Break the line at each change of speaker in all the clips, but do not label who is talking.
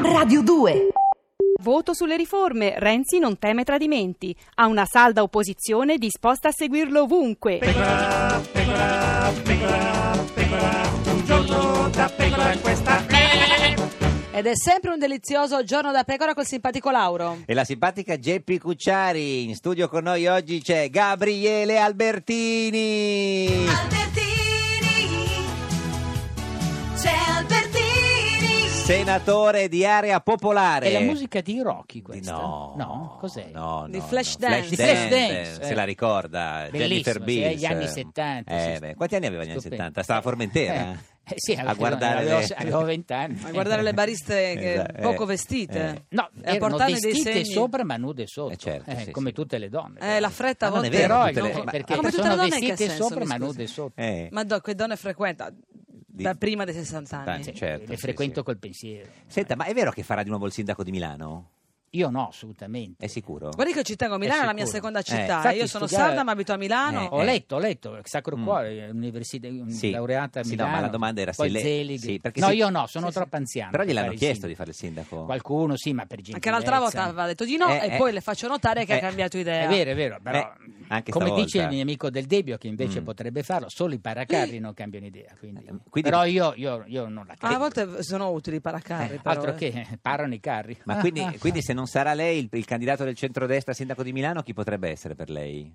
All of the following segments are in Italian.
Radio 2.
Voto sulle riforme, Renzi non teme tradimenti, ha una salda opposizione disposta a seguirlo ovunque.
pecora, pecora, pecora, pecora, un giorno da pecora in questa
Ed è sempre un delizioso giorno da pecora col simpatico Lauro.
E la simpatica Geppi Cucciari. In studio con noi oggi c'è Gabriele Albertini.
Albertini, c'è Albertini,
Senatore di area popolare.
È la musica di Rocky
Di-
questa?
no,
cos'è? Ah,
No, no,
Di
no.
Flashdance.
Di Flashdance,
Flashdance,
eh.
Se la ricorda Jennifer
Bellissimo, sì,
Beals.
gli anni 70,
Eh,
sì.
beh, quanti anni aveva negli anni
Stupendo.
70? Stava a Formentera.
Eh, eh, sì,
a
avevo-
guardare
avevo,
le-
avevo 20 anni.
A guardare le bariste che-
Esatto, eh,
poco vestite.
No,
E a
erano
portarne dei
vestite
segni.
sopra ma nude sotto,
Eh, certo, sì,
come
sì.
tutte le donne.
Eh, la fretta a
Ah, non è
volte...
vero,
Però
tutte
non-
le- ma-
perché
Ma come tutte
sono
le donne in che
vestite
senso,
sopra
mi
ma
scusi?
nude sotto.
Eh,
Ma do, che donne frequenta? Da prima dei 60 anni.
Sì.
Cioè,
certo,
le
sì,
frequento
sì.
col pensiero.
Senta, ma è vero che farà di nuovo il sindaco di Milano?
Io no, assolutamente.
È sicuro?
Guardi che ci tengo, Milano è la mia
sicuro.
seconda
Eh,
città.
infatti
Io sono
studiare-
sarda ma abito a Milano.
Eh, Mm.
Ho letto, ho letto, Sacro Cuore, università,
Sì.
laureata a
Sì, no,
Milano,
ma la domanda era se
poi
lei-
Zelig.
sì, perché
no,
sì.
io no, sono
Sì, sì.
troppo anziano.
Però
per
gliel'hanno
fare il
chiesto di fare
sindaco.
il sindaco.
Qualcuno sì, ma per gentilezza.
Anche l'altra volta aveva detto di no
Eh,
e
eh.
poi le faccio notare che
Eh,
ha cambiato idea.
È vero, è vero, però
Eh, anche
come
stavolta.
dice il mio amico del Debbio che invece
Mm.
potrebbe farlo, solo i paracarri non cambiano idea, quindi.
Eh, quindi-
però io, io- io non la
Ah,
credo.
a volte sono utili i paracarri,
Eh,
però,
altro
eh.
che parano i carri.
Ma
ah.
quindi, quindi se non sarà lei il, il candidato del centrodestra a sindaco di Milano, chi potrebbe essere per lei?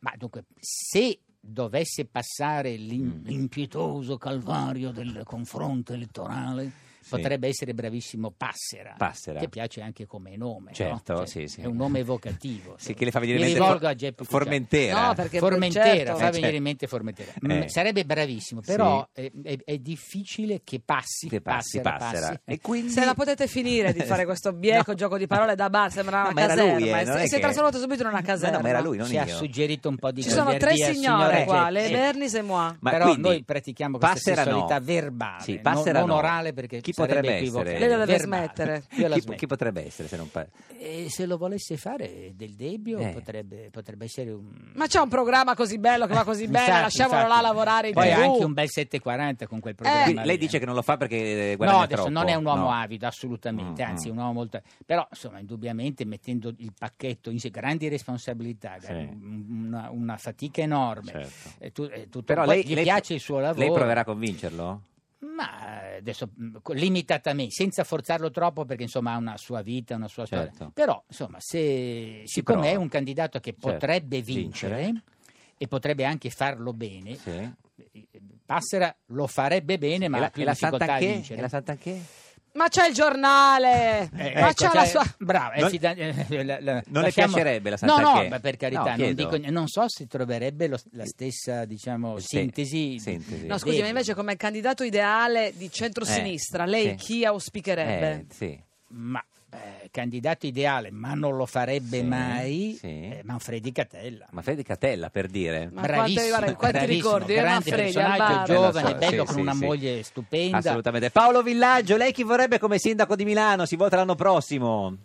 Ma dunque, se dovesse passare l'im-
Mm.
l'impietoso calvario del confronto elettorale,
Sì.
potrebbe essere bravissimo Passera,
Passera.
che piace anche come nome. no?
Certo,
Cioè,
sì, sì.
È un nome evocativo.
Sì, che le fa venire
Mi
in mente
rivolgo
For-
a Geppo Cucciari.
Formentera.
No, perché
Formentera, fa
certo.
Eh,
venire
certo.
in mente Formentera. Mm,
Eh.
Sarebbe bravissimo, però è, è- è difficile che passi,
Che passi,
passera,
passera.
passi.
E quindi...
Se la potete finire di fare questo bieco gioco di parole da bar, sembra una
No, ma era
caserma.
lui, eh,
e
non
si-
è
e si è
che-
trasformato subito in una caserma.
No, no, ma era lui, cioè, non
Ci
io.
ha suggerito un po' di
Ci sono tre
goliardia,
signore
signora
qua,
Geppi.
le
Eh,
Bernis e moi.
Ma
Però
quindi,
noi pratichiamo questa
passera
sessualità
no.
verbale,
Sì,
non-
passera
non
no.
orale perché
chi
sarebbe
potrebbe
equivocare.
essere?
Lei la deve
Verbale.
smettere.
Io la
chi,
smetto.
chi potrebbe essere se non pa-
E Eh, se lo volesse fare del debbio
Eh.
potrebbe, potrebbe essere un...
Ma c'è un programma così bello che va così bene,
Infatti,
lasciamolo là
infatti.
lavorare in
Poi
TV.
anche un bel 740 con quel programma.
Quindi lei
lì,
dice
eh.
che non lo fa perché eh, guadagna
No, adesso
troppo.
non è un uomo
No.
avido, assolutamente,
Mm,
anzi,
mm.
un uomo molto. Però, insomma, indubbiamente mettendo il pacchetto in sé, grandi responsabilità,
Sì.
un- una, una fatica enorme.
Certo.
E tu- e tutto-
Però
poi
lei,
gli
lei-
piace il suo lavoro.
Lei proverà a convincerlo?
Ma eh, adesso mh, co- limitatamente, senza forzarlo troppo, perché insomma ha una sua vita, una sua storia.
Certo.
Però, insomma, se, siccome
prova.
è un candidato che
Certo.
potrebbe vincere,
Vincere.
e potrebbe anche farlo bene,
Sì.
Passera lo farebbe bene, Eh, ma
e la,
ha più
e la
difficoltà
Santa
a
che?
vincere.
E la Santa che?
Ma c'è il giornale,
Eh,
ma
ecco,
c'è
cioè,
la sua...
brava, è
Non-
fida- eh, la- la-
non le piacerebbe la
No,
Santa
no,
Che?
ma per
No,
carità, non,
chiedo. Eh,
dico- non so se troverebbe lo- la stessa diciamo,
Sì,
sintesi.
sintesi.
No, scusi, ma
Vedi.
invece come candidato ideale di centrosinistra,
Eh,
lei
sì.
chi auspicherebbe?
Eh, sì.
Ma eh, candidato ideale, ma non lo farebbe
Sì,
mai,
sì.
eh, Manfredi Catella.
Ma Freddy Catella per dire.
Ma
Bravissimo,
quanti- guarda, quanti
bravissimo,
ricordi, eh,
grande
Manfredi, al bar.
personaggio, giovane,
Eh, lo so,
bello,
sì,
con
sì,
una
sì.
moglie stupenda.
Assolutamente. Paolo Villaggio, lei chi vorrebbe come sindaco di Milano? Si vota l'anno prossimo.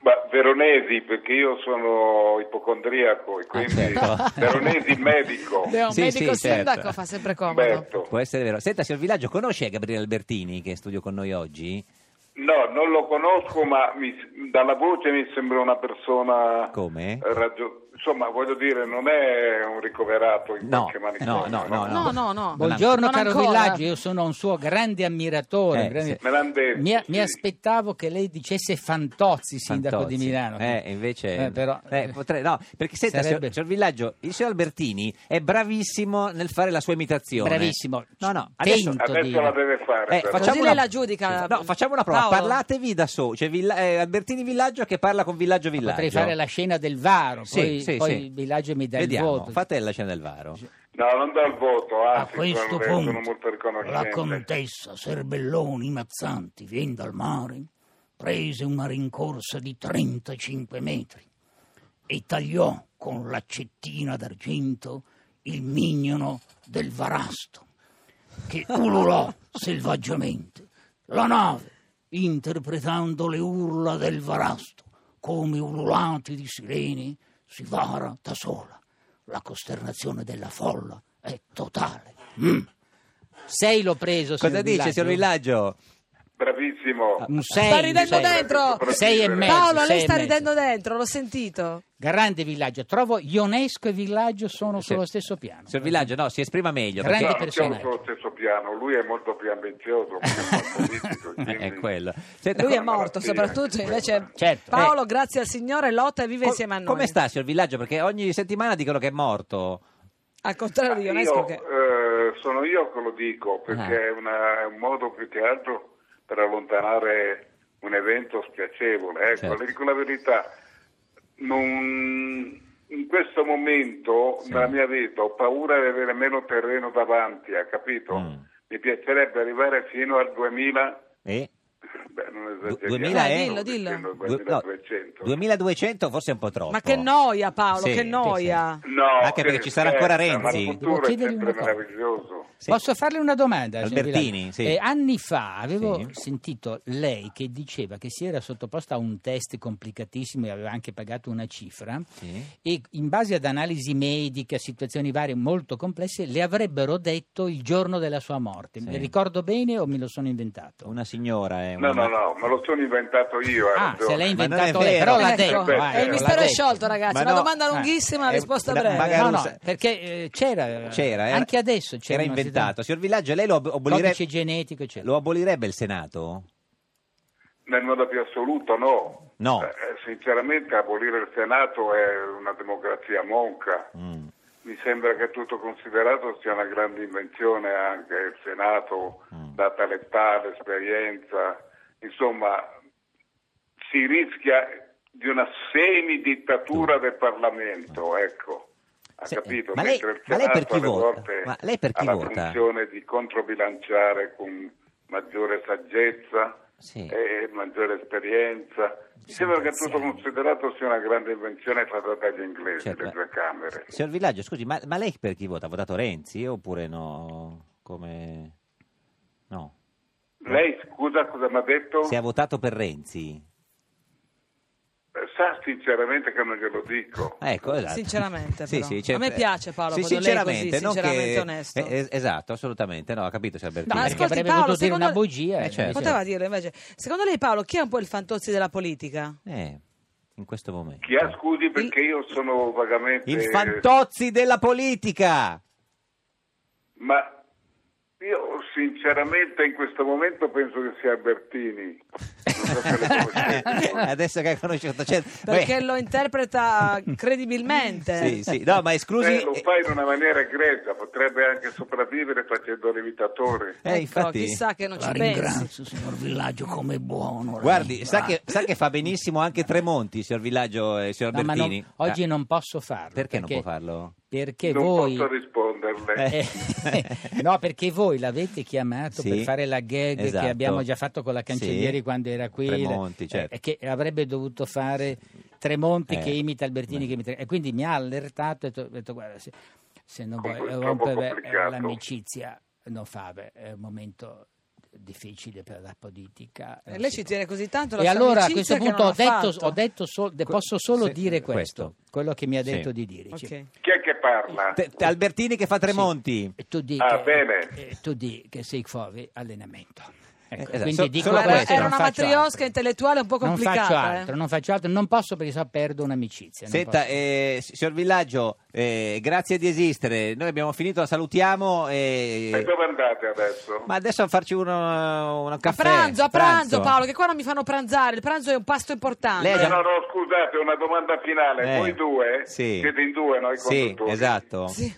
Ma Veronesi, perché io sono ipocondriaco e quindi
certo.
Veronesi medico.
Beh, un
Sì,
medico
sì, certo.
sindaco fa sempre comodo.
Umberto.
Può essere vero. Senta, signor Villaggio, conosce Gabriele Albertini che è in studio con noi oggi?
No, non lo conosco, ma mi- dalla voce mi sembra una persona
Come?
raggio- insomma, voglio dire, non è un ricoverato in
No,
qualche manicomio.
no, no, no,
No, no, no.
Buongiorno
Non
caro
ancora.
Villaggio, io sono un suo grande ammiratore.
Eh,
un grande-
sì.
Me l'hanno detto.
Mi, mi
sì.
aspettavo che lei dicesse Fantozzi, sindaco
Fantozzi.
di Milano.
Eh, invece...
Eh, però-
eh, potrei- no, perché senta,
Sarebbe-
signor, signor Villaggio, il signor Albertini è bravissimo nel fare la sua imitazione.
Bravissimo.
No, no, adesso...
Tento.
Adesso la deve fare.
Eh,
però.
facciamo
Così
una...
lei la giudica,
No, facciamo una prova.
Paolo.
Parlatevi da soli. Cioè, Villa- eh, Albertini Villaggio che parla con Villaggio Villaggio.
Potrei fare la scena del Varo,
Sì,
poi,
sì,
poi
sì.
il Villaggio mi dà
Vediamo,
il voto.
fate la scena del Varo.
No, non do il voto,
A
anzi,
questo
sono, sono molto
punto la
riconoscente.
contessa Serbelloni Mazzanti vien dal mare, prese una rincorsa di 35 metri e tagliò con l'accettina d'argento il mignono del varasto, che ululò selvaggiamente. La nave, interpretando le urla del varasto come ululati di sirene, si vara da sola. La costernazione della folla Mm. è totale. Sei l'ho preso,
Cosa dice, signor Villaggio?
Bravissimo.
Ah, Un sei,
Sta
un
ridendo
sei.
dentro.
Sei e mezzo.
Paolo,
sei
lei
e
sta
mezzo.
ridendo dentro, l'ho sentito.
Grande villaggio. Trovo Ionesco e villaggio sono
Sì.
sullo stesso piano.
Signor Villaggio, no, si esprima meglio.
Grande
No,
Perché...
non siamo
personaggio.
sullo stesso piano, lui è molto più ambizioso, perché è un politico, quindi-
è quello. Senta,
Lui è
una
morto,
malattia,
soprattutto
anche
invece
Certo.
Paolo, grazie al Signore, lotta e vive
co-
insieme a noi.
Come sta, signor Villaggio? Perché ogni settimana dicono che è morto.
Al contrario di
Ma
Ionesco,
io,
che
eh, sono io che lo dico, perché
Ah.
è, una- è un modo più che altro per allontanare un evento spiacevole. Ecco,
Certo.
le dico la verità, non- in questo momento
Sì.
nella mia vita ho paura di avere meno terreno davanti, ha capito?
Mm.
Mi piacerebbe arrivare fino al 2000...
Eh?
Beh, non
Du-
esageriamo,
2000 è?
Dillo, dillo.
fino al
Due- no,
2200.
2200 forse è un po' troppo.
ma che noia
Ecco.
Paolo,
Sì, Ecco.
che
sì,
noia.
No,
Anche perché ci sarà
scherza,
ancora
Ma
Renzi.
il
Devo
futuro è
chiedergli
sempre
una cosa.
meraviglioso.
Sì.
Posso farle una domanda? signor
Albertini,
Villaggio?
sì.
Eh, anni fa avevo
Sì.
sentito lei che diceva che si era sottoposta a un test complicatissimo e aveva anche pagato una cifra
Sì.
e in base ad analisi mediche, a situazioni varie molto complesse, le avrebbero detto il giorno della sua morte.
Sì.
Mi ricordo bene o me lo sono inventato?
Una signora è
No, no, no, me lo sono inventato io. eh, ha
Ah, se l'hai
Ma non è
inventato lei,
vero.
però l'ha
Ecco,
detto.
eh,
vai,
e il
l'ha
mistero è
detto.
sciolto, ragazzi.
Ma
Una
no,
domanda
eh,
lunghissima, una
eh,
risposta
da-
breve.
magari-
No,
Magarusa-
no, perché eh, c'era,
C'era, era-
anche adesso c'era
era
una
inventato.
situazione-
Signor Villaggio, lei lo, ab- abolire-
codice genetico, eccetera.
lo abolirebbe il Senato?
Nel modo più assoluto, no.
No.
Eh, sinceramente, abolire il Senato è una democrazia monca.
Mm.
Mi sembra che tutto considerato sia una grande invenzione anche il Senato,
Mm.
data l'età, l'esperienza. Insomma, si rischia di una semidittatura del Parlamento, ecco. Ha
Mm. Se-
capito?
ma lei-
Mentre il
ma lei per
Senato
chi
alle
vota?
volte
Ma lei per chi
ha
vota?
la funzione di controbilanciare con maggiore saggezza
Sì.
e maggiore esperienza. Mi
Sì,
sembra che
sì.
tutto considerato sia una grande invenzione fatta dagli inglesi,
Certo,
le
ma-
due Camere.
Signor Villaggio, scusi, ma, ma lei per chi vota? Ha votato Renzi oppure no? Come... No.
Lei, scusa, cosa mi ha detto?
Se ha votato per Renzi?
Eh, Sa sinceramente che non glielo dico.
Ah, Ecco, esatto.
Sinceramente,
Sì,
però.
sì, cioè-
A me piace Paolo
sì,
quando lei è così,
sinceramente, non
sinceramente
che-
onesto.
eh, es- esatto, assolutamente, no, ha capito, cioè, signor Bertini.
Ma
No, perché
ascolti,
avrebbe
Paolo,
potuto dire
secondo-
una bugia.
Eh,
eh,
certo.
Poteva dirlo invece. Secondo lei Paolo, chi è un po' il fantozzi della politica?
Eh, in questo momento.
Chi ha scusi perché io sono vagamente...
Il fantozzi della politica!
Ma io sinceramente in questo momento penso che sia Bertini. Non so se lo conoscete voi.
Adesso che ha conosciuto... cioè,
Perché
beh,
lo interpreta credibilmente.
Sì, sì, no, ma esclusi...
Eh, lo fa in una maniera egregia, potrebbe anche sopravvivere facendo l'imitatore.
eh,
Ecco,
infatti...
chissà che non
La
ci pensi.
ringrazio, signor Villaggio, come buono. lei.
Guardi, sa
Ah,
che, sa che fa benissimo anche Tremonti, signor Villaggio e signor
no, ma non-
Bertini.
oggi
Ah,
non posso farlo.
Perché non può farlo?
Perché
non
voi...
posso risponderle.
Eh.
Eh, no, perché voi l'avete chiamato
Sì,
per fare la gag
esatto.
che abbiamo già fatto con la Cancellieri
Sì,
quando era qui,
Tremonti,
eh,
certo.
che avrebbe dovuto fare Tremonti
Eh,
che imita Albertini.
beh.
Che imita, e quindi mi ha allertato e ho detto, ho detto, guarda, se, se non vuoi
Comunque è troppo
rompere eh,
complicato.
l'amicizia, non fa, beh, è un momento difficile per la politica.
E lei ci tiene così tanto la
E
sua
allora a questo
amicizia che
punto ho
non ha
detto,
fatto.
ho detto sol- de-
Que-
posso solo
sì,
dire
questo.
questo, quello che mi ha
Sì.
detto di dirci.
Ok.
Chi è che parla?
Te- te- Albertini che fa Tremonti.
E tu dici
Ah,
che,
bene.
eh, tu di che sei fuori allenamento. Ecco,
esatto,
quindi
so-
dico
solo
Guarda,
questo,
era
non
una
faccio altro.
matriosca intellettuale un po'
Non
complicata.
faccio
eh.
altro, non faccio altro, non posso perché so perdo un'amicizia. non
Senta,
posso.
eh, signor Villaggio, eh, grazie di esistere. Noi abbiamo finito, la salutiamo. eh,
E dove andate adesso?
Ma adesso a farci uno, un
A
caffè.
pranzo, a pranzo, Paolo, che qua non mi fanno pranzare. Il pranzo è un pasto importante.
Lei ha
Eh,
già-
no, no, scusate, una domanda finale.
Eh,
Voi due?
sì.
Siete in due, noi
Sì, esatto.
Sì.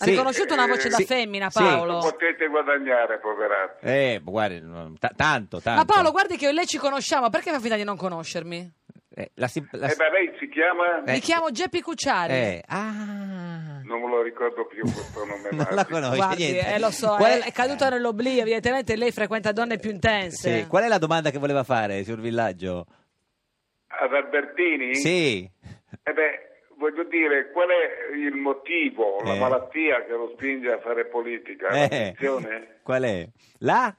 Ha
Sì.
riconosciuto una voce da
Sì.
femmina,
Sì.
Paolo.
Potete guadagnare, poverati.
Eh, guardi, no, ta- tanto, tanto.
Ma Paolo, guardi che io e lei ci conosciamo, perché fa finta di non conoscermi?
Eh, la sim- la
E
si-
beh, lei si chiama?
Eh.
Mi chiamo Geppi Cucciari.
eh, ah.
Non me lo ricordo più questo nome.
Non la
magico.
conosco.
Guardi,
niente.
eh, lo so,
Qual Ah.
è, è caduta nell'oblio, evidentemente lei frequenta donne più intense.
Sì, Qual è la domanda che voleva fare, signor Villaggio?
Ad Albertini?
Sì.
Eh beh, voglio dire, qual è il motivo, la
Eh.
malattia che lo spinge a fare politica?
Eh,
L'ambizione?
Qual è? La?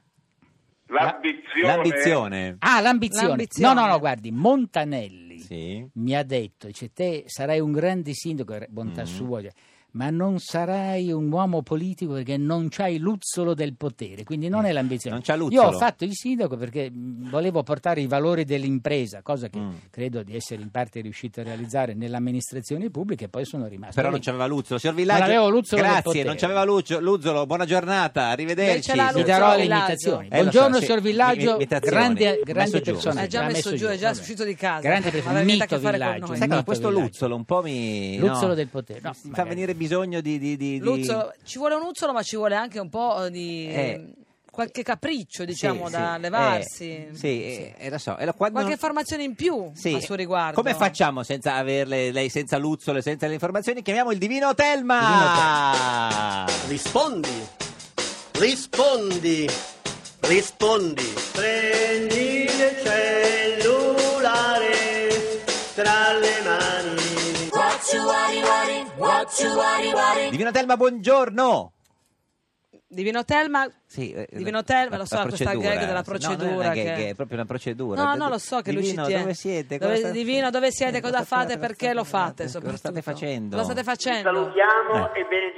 L'ambizione?
L'ambizione.
Ah, l'ambizione.
L'ambizione.
No, no, no, guardi, Montanelli
Sì. Mm-hmm.
mi ha detto, dice, te sarai un grande sindaco, era bontà sua, cioè, ma non sarai un uomo politico perché non c'hai l'uzzolo del potere, quindi non è l'ambizione.
Eh, Non c'ha l'uzzolo.
Io ho fatto il sindaco perché mh, volevo portare i valori dell'impresa, cosa che
Mm.
credo di essere in parte riuscito a realizzare nell'amministrazione pubblica e poi sono rimasto
Eh, Però
lì.
non c'aveva Luzzolo. Signor Villaggio,
Non avevo Luzzolo del
grazie,
potere.
non c'aveva Lucio- Luzzolo. Buona giornata, arrivederci.
Invece l'ha
Vi
Signor-
Luzzolo.
darò le
Villaggio.
imitazioni.
Eh, lo
Buongiorno,
so,
signor
sì,
Villaggio,
imitazioni.
grande,
Messo
grande
giù,
personaggio.
messo
Ha già messo giù, è già uscito di casa.
Grande personaggio,
Aveva niente a
mito
che fare con
Villaggio.
noi.
Sai cosa?
Mito
Questo
Villaggio.
Luzzolo un po' mi... no.
Luzzolo del potere. No,
mi fa
magari.
venire bisogno di... di, di, di-
L'uzzolo- ci vuole un uzzolo, ma ci vuole anche un po' di
Eh.
qualche capriccio, diciamo,
Sì,
da
sì,
levarsi.
eh, sì, eh, eh, lo so. E lo- quando-
Qualche informazione in più
Sì.
a suo riguardo.
Come facciamo senza averle, lei senza Luzzolo e senza le informazioni? Chiamiamo il Divino Telma!
Rispondi! Rispondi! Rispondi! Prendi il cellulare tra le mani.
What you worry, worry, what you worry, worry.
Divino Telma, buongiorno!
Divino Telma,
Sì, eh,
Divino Telma, lo so, questa
procedura.
gag della
No, non è,
procedura.
una gag,
che-
è proprio una procedura.
No,
Ho
no,
detto,
lo so che lui ci
Divino,
tiene.
dove siete?
Dove-
Cosa state-
Divino, dove siete?
Eh,
Cosa fate? Perché lo fate,
Cosa state
soprattutto?
facendo?
Lo state facendo?
Salutiamo
Eh.
e benediciamo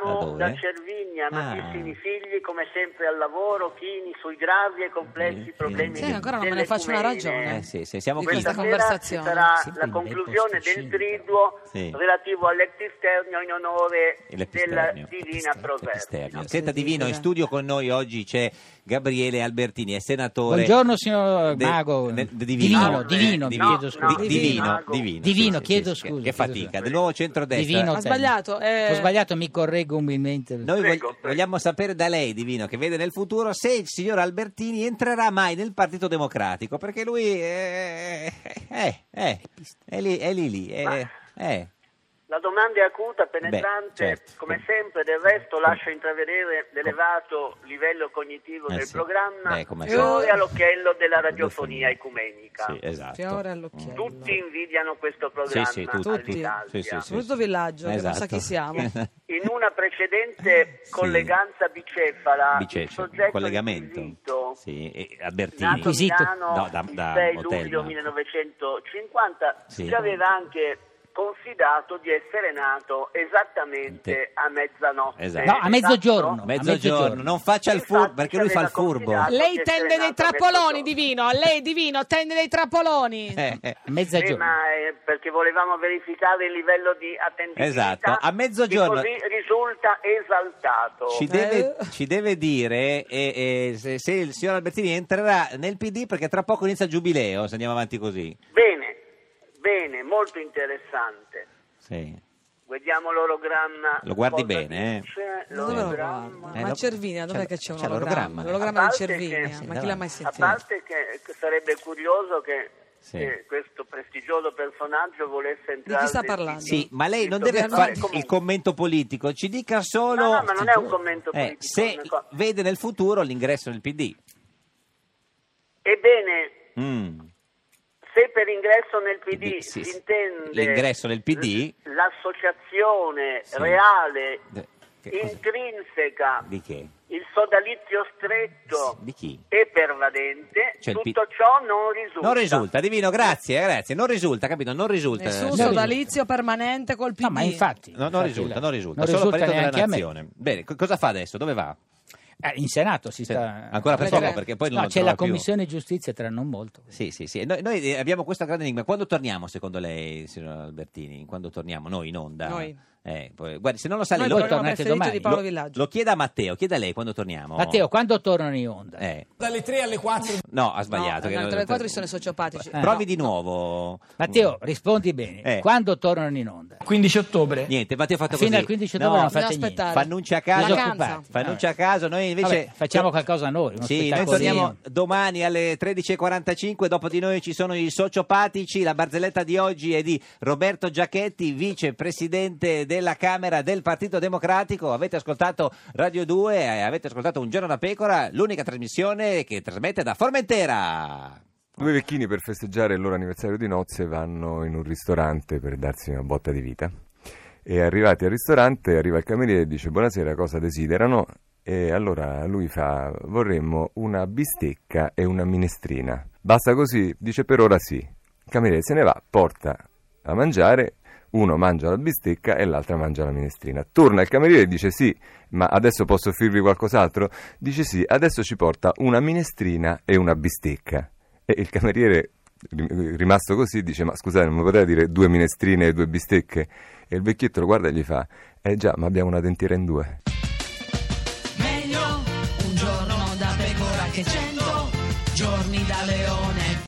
Da dove?
da Cervigna,
Ah.
amatissimi figli, come sempre al lavoro, chini sui gravi e complessi
Sì,
problemi.
sì. Sì,
ancora non me ne faccio una
dell'ecumene.
ragione.
Eh sì, sì, siamo
Di
qui.
Questa
Questa
sera ci
conversazione.
sarà
Sì,
la
quindi è
conclusione del
posticipo.
triduo
Sì.
relativo all'Eptisternio in onore della
L'episternio.
divina Proverbia.
Ah,
L'episternio. Senta Divino, in studio con noi oggi c'è Gabriele Albertini, è senatore.
Buongiorno, signor
De-
Mago.
de- de- divino,
divino,
eh,
divino, vi
divino,
chiedo scusa.
Di-
Divino.
divino, divino,
Divino,
sì, sì,
chiedo
sì,
scusa,
Che
chiedo
fatica,
scusa.
del nuovo centrodestra.
Divino
Ha
Telma.
sbagliato. eh.
Ho sbagliato, mi correggo umilmente.
Noi
Prego,
vog-
prego.
vogliamo sapere da lei, Divino, che vede nel futuro, se il signor Albertini entrerà mai nel Partito Democratico, perché lui eh, eh, eh, è lì, è lì, lì, eh, eh.
La domanda è acuta, penetrante,
Beh, certo.
come sempre, del resto lascia intravedere l'elevato livello cognitivo
Eh
del
sì.
programma
Eh, come
sempre.
fiore all'occhiello della radiofonia ecumenica.
Sì, esatto.
Fiore all'occhiello.
Tutti invidiano questo programma
Sì, sì, tutti.
all'Italia.
Sì, sì, sì.
Soprattutto Villaggio, che non sa
Esatto.
chi siamo.
In una precedente
Sì.
colleganza bicefala, il
Bicece,
soggetto
collegamento.
inquisito,
Sì, e Albertini.
nato a
Inquisito.
Milano
No, da- da ecco.
il 6
Otelma.
luglio 1950,
Sì.
ci aveva anche confidato di essere nato esattamente a mezzanotte.
Esatto.
No, a mezzogiorno.
Mezzogiorno, non faccia il
Infatti,
furbo, perché lui
ci
fa il
aveva
furbo.
confidato.
Lei
Perché
tende
sei
dei
nato a
trappoloni,
mezzogiorno.
Divino. Lei, Divino, tende dei trappoloni.
Eh, eh.
A mezzogiorno.
Sì, ma eh, perché volevamo verificare il livello di attendibilità
Esatto, a mezzogiorno-
che così risulta esaltato.
Ci deve,
Eh.
ci deve dire eh, eh, se, se il signor Albertini entrerà nel PD perché tra poco inizia il giubileo, se andiamo avanti così.
Bene, bene, molto interessante.
Sì.
Guardiamo l'orogramma.
Lo guardi
Cosa
bene,
dice
eh.
Dove lo
L'orogramma.
guarda?
Eh,
Ma
lo-
a Cervinia, dov'è
c'è-
che c'è un
c'è l'orogramma.
ologramma?
A
L'ologramma di
parte che-
Cervinia,
sì,
ma chi l'ha mai
A
sentito?
parte che sarebbe curioso che,
Sì.
che questo prestigioso personaggio volesse entrare.
sta
nel-
parlando?
Sì, ma lei non deve
Vabbè,
fare
comunque.
il commento politico, ci dica solo
No, no, ma non è un commento
Eh,
politico, è
se
una cosa-
vede nel futuro l'ingresso nel PD.
Ebbene,
Mm.
se per ingresso nel PD
Di- sì,
si
sì.
intende
L'ingresso nel PD?
l- l'associazione
Sì.
reale,
De- che cosa-
intrinseca,
Di che?
il sodalizio stretto
Di chi?
e pervadente,
Cioè, il P-
tutto ciò non risulta.
Non risulta, Divino, grazie, eh, grazie. Non risulta, capito? Non risulta.
Nessun
Non
sodalizio permanente col PD.
No, ma infatti.
No, non
infatti,
risulta,
la-
non risulta,
non
solo
risulta
partito della
neanche a me.
nazione. Bene, co- cosa fa adesso? Dove va?
Eh, in Senato si
Sì,
sta.
ancora per
poco,
perché poi non
no,
lo
c'è
trova
la
più.
commissione giustizia tra non molto.
Sì, sì, sì. Noi, noi, eh, abbiamo questo grande enigma. Quando torniamo, secondo lei, signor Albertini? Quando torniamo noi in onda?
Noi.
Eh, poi- guardi, se non lo sa lei, lo,
Noi
voi tornate
preferito
domani.
di Paolo
lo-
Villaggio.
lo chieda a Matteo. Chieda a lei quando torniamo.
Matteo, quando tornano in onda?
Eh.
Dalle 3 alle 4.
No, ha sbagliato.
No,
che
no,
non-
tra le quattro sono i sociopatici.
Eh, Provi di nuovo. Mm.
Matteo, rispondi bene.
Eh.
Quando tornano in onda?
15 ottobre.
Niente, Matteo ha fatto
eh, Fino al
così.
15
No,
ottobre non
Bisogna
fate niente.
aspettare.
Fa annunci a caso,
Vacanza.
fa annunci a caso, noi invece
Vabbè, facciamo qualcosa noi, uno
Sì, noi
spettacolino.
torniamo domani alle 13.45, dopo di noi ci sono i sociopatici, la barzelletta di oggi è di Roberto Giachetti, vicepresidente della Camera del Partito Democratico, avete ascoltato Radio 2, eh, avete ascoltato Un giorno da pecora, l'unica trasmissione che trasmette da Formentera.
Due vecchini per festeggiare il loro anniversario di nozze vanno in un ristorante per darsi una botta di vita. E arrivati al ristorante arriva il cameriere e dice buonasera cosa desiderano? E allora lui fa vorremmo una bistecca e una minestrina. Basta così? Dice per ora sì. Il cameriere se ne va, porta a mangiare uno mangia la bistecca e l'altra mangia la minestrina. Torna il cameriere e dice sì, ma adesso posso offrirvi qualcos'altro? Dice sì, adesso ci porta una minestrina e una bistecca. E il cameriere, rim- rimasto così, dice ma scusate, non mi poteva dire due minestrine e due bistecche? E il vecchietto lo guarda e gli fa, eh già, ma abbiamo una dentiera in due.
Meglio un giorno da pecora che cento giorni da leone.